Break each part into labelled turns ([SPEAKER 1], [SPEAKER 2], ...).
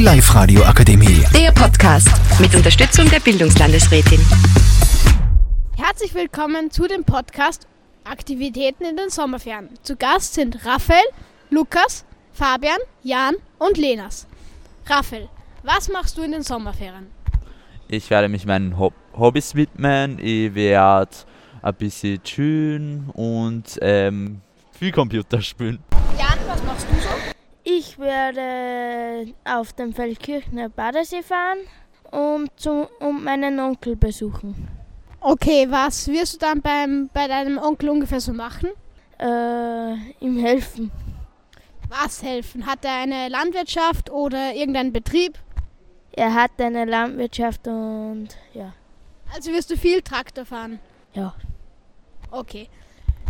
[SPEAKER 1] Live radio akademie
[SPEAKER 2] Der Podcast mit Unterstützung der Bildungslandesrätin.
[SPEAKER 3] Herzlich willkommen zu dem Podcast Aktivitäten in den Sommerferien. Zu Gast sind Raphael, Lukas, Fabian, Jan und Lenas. Raphael, was machst du in den Sommerferien?
[SPEAKER 4] Ich werde mich meinen Hob Hobbys widmen. Ich werde ein bisschen chillen und ähm, viel Computer spielen.
[SPEAKER 3] Jan, was machst du so?
[SPEAKER 5] Ich werde auf dem Feldkirchner Badesee fahren und, zu, und meinen Onkel besuchen.
[SPEAKER 3] Okay, was wirst du dann beim, bei deinem Onkel ungefähr so machen?
[SPEAKER 5] Äh, ihm helfen.
[SPEAKER 3] Was helfen? Hat er eine Landwirtschaft oder irgendeinen Betrieb?
[SPEAKER 5] Er hat eine Landwirtschaft und ja.
[SPEAKER 3] Also wirst du viel Traktor fahren?
[SPEAKER 5] Ja.
[SPEAKER 3] Okay.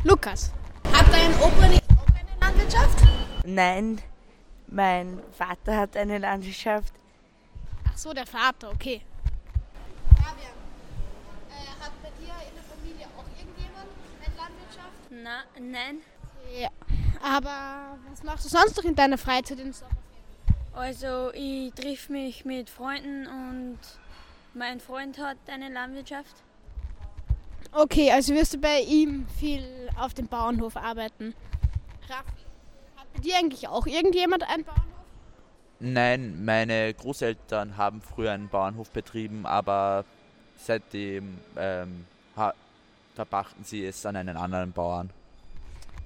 [SPEAKER 3] Lukas, hat dein Opa nicht auch eine Landwirtschaft?
[SPEAKER 6] Nein, mein Vater hat eine Landwirtschaft.
[SPEAKER 3] Ach so, der Vater, okay. Fabian, äh, hat bei dir in der Familie auch irgendjemand eine Landwirtschaft?
[SPEAKER 5] Na, nein,
[SPEAKER 3] Ja. Aber was machst du sonst noch in deiner Freizeit im Sommer?
[SPEAKER 5] also ich triff mich mit Freunden und mein Freund hat eine Landwirtschaft.
[SPEAKER 3] Okay, also wirst du bei ihm viel auf dem Bauernhof arbeiten. Raffi, hat bei dir eigentlich auch irgendjemand einen Bauernhof?
[SPEAKER 4] Nein, meine Großeltern haben früher einen Bauernhof betrieben, aber seitdem ähm, ha- verpachten sie es an einen anderen Bauern.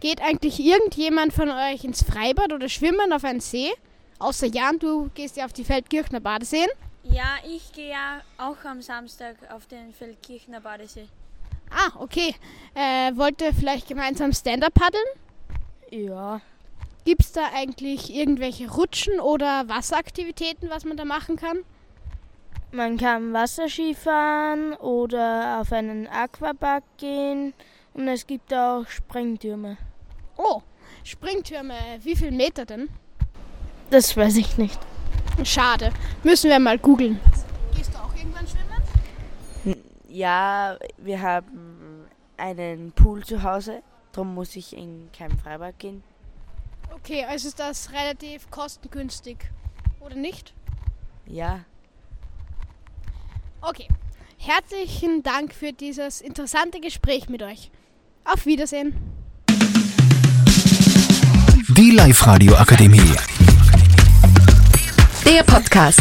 [SPEAKER 3] Geht eigentlich irgendjemand von euch ins Freibad oder schwimmen auf einen See? Außer Jan, du gehst ja auf die Feldkirchner Badeseen.
[SPEAKER 5] Ja, ich gehe ja auch am Samstag auf den Feldkirchner Badesee.
[SPEAKER 3] Ah, okay. Äh, wollt ihr vielleicht gemeinsam Stand-Up paddeln?
[SPEAKER 5] Ja.
[SPEAKER 3] Gibt es da eigentlich irgendwelche Rutschen oder Wasseraktivitäten, was man da machen kann?
[SPEAKER 5] Man kann Wasserski fahren oder auf einen Aquapark gehen und es gibt auch Sprengtürme.
[SPEAKER 3] Oh, Springtürme, wie viel Meter denn?
[SPEAKER 5] Das weiß ich nicht.
[SPEAKER 3] Schade, müssen wir mal googeln. Gehst du auch irgendwann schwimmen?
[SPEAKER 6] Ja, wir haben einen Pool zu Hause, darum muss ich in kein Freibad gehen.
[SPEAKER 3] Okay, also ist das relativ kostengünstig. Oder nicht?
[SPEAKER 6] Ja,
[SPEAKER 3] Okay, herzlichen Dank für dieses interessante Gespräch mit euch. Auf Wiedersehen.
[SPEAKER 1] Die Live radio akademie
[SPEAKER 2] Der Podcast